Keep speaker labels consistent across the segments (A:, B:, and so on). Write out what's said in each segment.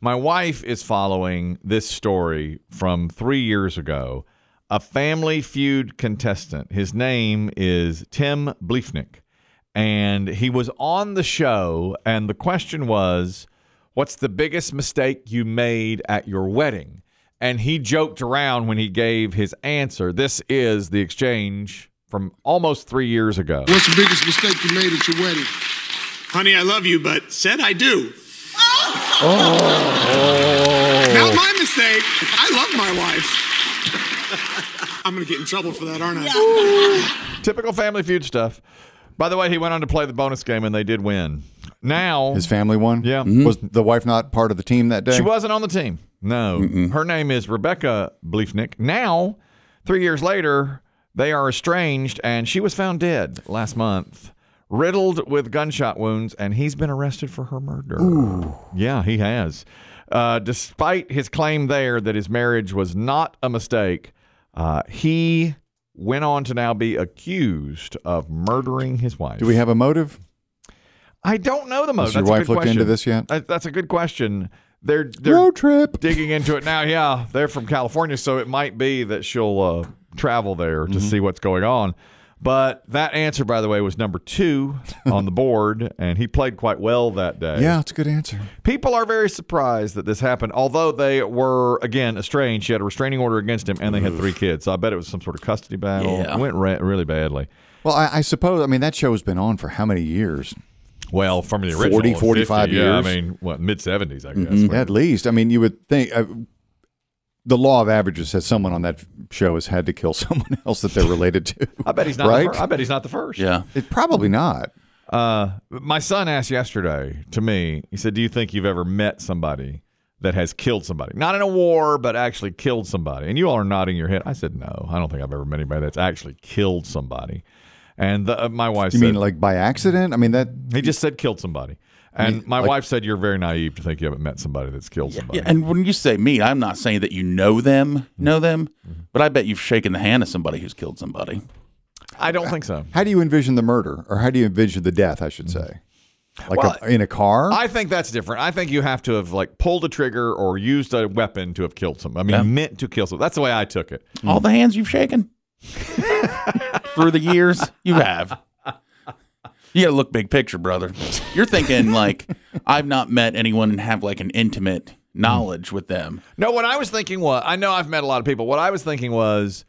A: My wife is following this story from three years ago. A family feud contestant. His name is Tim Bleefnick. And he was on the show, and the question was, What's the biggest mistake you made at your wedding? And he joked around when he gave his answer. This is the exchange from almost three years ago.
B: What's the biggest mistake you made at your wedding?
C: Honey, I love you, but said I do. Not my mistake. I love my wife. I'm going to get in trouble for that, aren't I?
A: Typical Family Feud stuff. By the way, he went on to play the bonus game and they did win. Now,
D: His family one.
A: Yeah.
D: Was the wife not part of the team that day?
A: she wasn't on the team. No. Her name is Rebecca Bleefnick. Now, three years later, they are estranged and she was found dead last month, riddled with gunshot wounds, and he's been arrested for her murder. Yeah, he has. Uh, despite his claim there that his marriage was not a mistake, uh, he went on to now be accused of murdering his wife.
D: Do we have a motive?
A: I don't know the motive.
D: your
A: That's a
D: wife
A: good
D: looked
A: question.
D: into this yet?
A: That- that's a good question. They're they're
D: Road trip.
A: digging into it now. Yeah, they're from California, so it might be that she'll uh, travel there to
D: Mm-hmm.
A: see what's going on. But that answer, by the way, was number two on the board, and he played quite well that day.
D: Yeah, it's a good answer.
A: People are very surprised that this happened, although they were, again, estranged. She had a restraining order against him, and they had three kids. So I bet it was some sort of custody battle. It went re- really badly.
D: Well, I, I suppose, I mean, that show has been on for how many years?
A: Well, from the original
D: 40, 45
A: yeah, I
D: years. Mm-hmm.
A: mean, what, mid 70s, I guess.
D: At least. I mean, you would think uh, the law of averages says someone on that show has had to kill someone else that they're related to.
A: I bet he's not.
D: Right?
A: The fir- I bet he's not the first.
E: Yeah.
D: It, probably not.
A: Uh, my son asked yesterday to me. He said, "Do you think you've ever met somebody that has killed somebody? Not in a war, but actually killed somebody?" And you all are nodding your head. I said, "No, I don't think I've ever met anybody that's actually killed somebody." And the, uh, my wife
D: You
A: said,
D: mean like by accident? I mean, that.
A: "He just said killed somebody." And my
D: like-
A: wife said, "You're very naive to think you haven't met somebody that's killed somebody."
E: Yeah, and when you say me, I'm not saying that you know them, know them, but I bet you've shaken the hand of somebody who's killed somebody.
A: I don't think so.
D: How do you envision the murder? Or how do you envision the death, I should say? Like
A: Mm-hmm. Well,
D: a, in a car?
A: I think that's different. I think you have to have like pulled a trigger or used a weapon to have killed someone. I mean,
E: Yeah.
A: meant to kill someone. That's the way I took it.
E: All the hands you've shaken through the years, you have. You got to look big picture, brother. You're thinking like I've not met anyone and have like an intimate knowledge with them.
A: No, what I was thinking was I know I've met a lot of people. What I was thinking was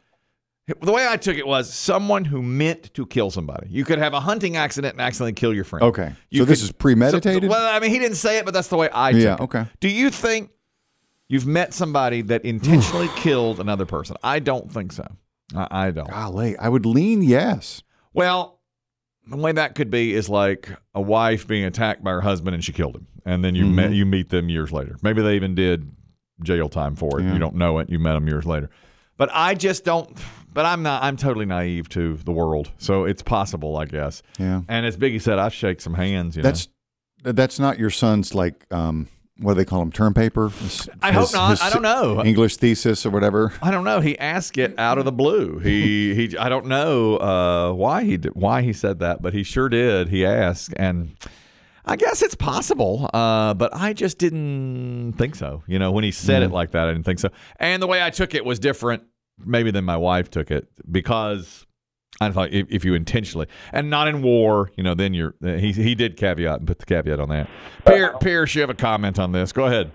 A: the way I took it was someone who meant to kill somebody. You could have a hunting accident and accidentally kill your friend.
D: Okay.
A: You
D: so this is premeditated?
A: So- well, I mean, he didn't say it, but that's the way I took
D: Yeah,
A: it.
D: okay.
A: Do you think you've met somebody that intentionally killed another person? I don't think so. I, I don't.
D: Golly, I would lean yes.
A: Well, the way that could be is like a wife being attacked by her husband and she killed him, and then you
D: Mm-hmm.
A: met, you meet them years later. Maybe they even did jail time for it. You don't know it. You met them years later. But I just don't. But I'm not. I'm totally naive to the world, so it's possible, I guess.
D: Yeah.
A: And as Biggie said, I shake some hands. You know?
D: That's that's not your son's like um what do they call him term paper? His-
A: I hope
D: his-
A: not.
D: his
A: I don't know.
D: English thesis or whatever.
A: I don't know. He asked it out of the blue. He he. I don't know uh, why he did, why he said that, but he sure did. He asked, and I guess it's possible. Uh, but I just didn't think so. You know, when he said it like that, I didn't think so. And the way I took it was different, maybe than my wife took it, because I thought if, if you intentionally and not in war, you know, then you're. He he did caveat and put the caveat on that. Pierre Pierce, you have a comment on this? Go ahead.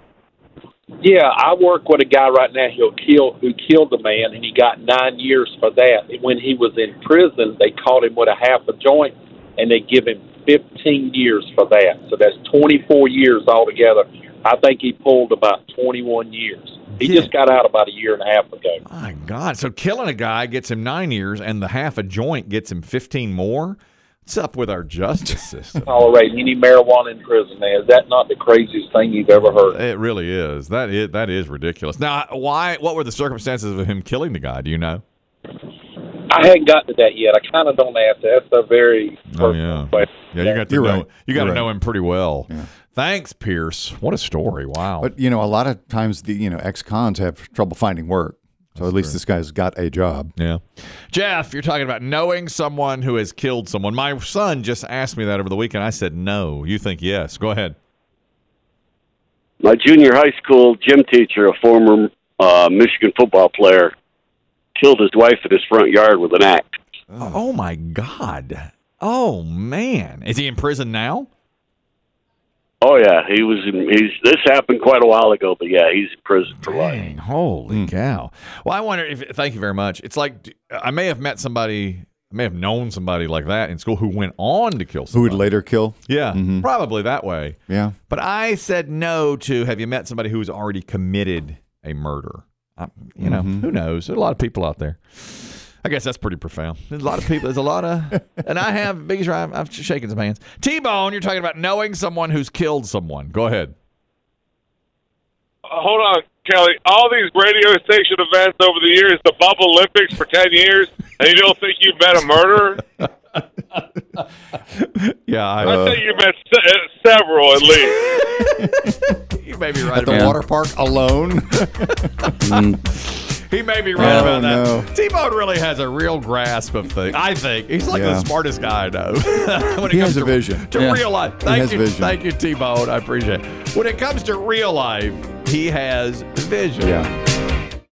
F: Yeah, I work with a guy right now who killed who killed a man, and he got nine years for that. When he was in prison, they caught him with a half a joint, and they give him fifteen years for that. So that's twenty four years altogether. I think he pulled about twenty one years. He
A: Yeah.
F: just got out about a year and a half ago.
A: My God. So killing a guy gets him nine years and the half a joint gets him 15 more? What's up with our justice system?
F: Tolerate any marijuana in prison, man. Is that not the craziest thing you've ever heard?
A: It really is. That is that is ridiculous. Now, why? What were the circumstances of him killing the guy? Do you know?
F: I hadn't gotten to that yet. I kind of don't ask that. That's a very
A: Oh
F: personal
A: yeah,
F: question.
A: yeah. You got to
D: You're
A: know.
D: right.
A: You got to
D: You're
A: know
D: right.
A: him pretty well. Thanks, Pierce. What a story! Wow.
D: But you know, a lot of times the you know ex-cons have trouble finding work. So at least this guy's got a job.
A: Yeah. Jeff, you're talking about knowing someone who has killed someone. My son just asked me that over the weekend. I said, no. You think yes. Go ahead.
G: my junior high school gym teacher, a former uh, Michigan football player, killed his wife in his front yard with an axe.
A: Oh my God. Oh man. Is he in prison now?
G: Oh yeah, he was. In, he's this happened quite a while ago, but yeah, he's in prison for life.
A: Dang, holy cow. Well, I wonder if, thank you very much. It's like, d- I may have met somebody, I may have known somebody like that in school who went on to kill
D: Who
A: somebody.
D: would later kill?
A: yeah, probably that way.
D: Yeah.
A: But I said no to have you met somebody who's already committed a murder? I, you know, who knows? There's a lot of people out there. I guess that's pretty profound. There's a lot of people. There's a lot of, and I have biggest. I've, I've shaken some hands. T Bone, you're talking about knowing someone who's killed someone. Go ahead.
H: hold on, Kelly. All these radio station events over the years, the Bubble Olympics for 10 years, and you don't think you've met a murderer?
A: Yeah, I,
H: I think you've met se- uh, several at least.
A: he may be right.
D: The
A: About,
E: Yeah.
D: water park alone.
A: he may be right
D: Oh,
A: about that.
D: no.
A: T Bone really has a real grasp of things. I think he's like
D: Yeah.
A: the smartest guy I know. when it
D: He
A: comes
D: has a
A: to,
D: vision.
A: to
E: Yeah.
A: real life. Thank
D: has
A: you,
D: vision.
A: thank you, T Bone. I appreciate. it. When it comes to real life, he has vision.
D: Yeah.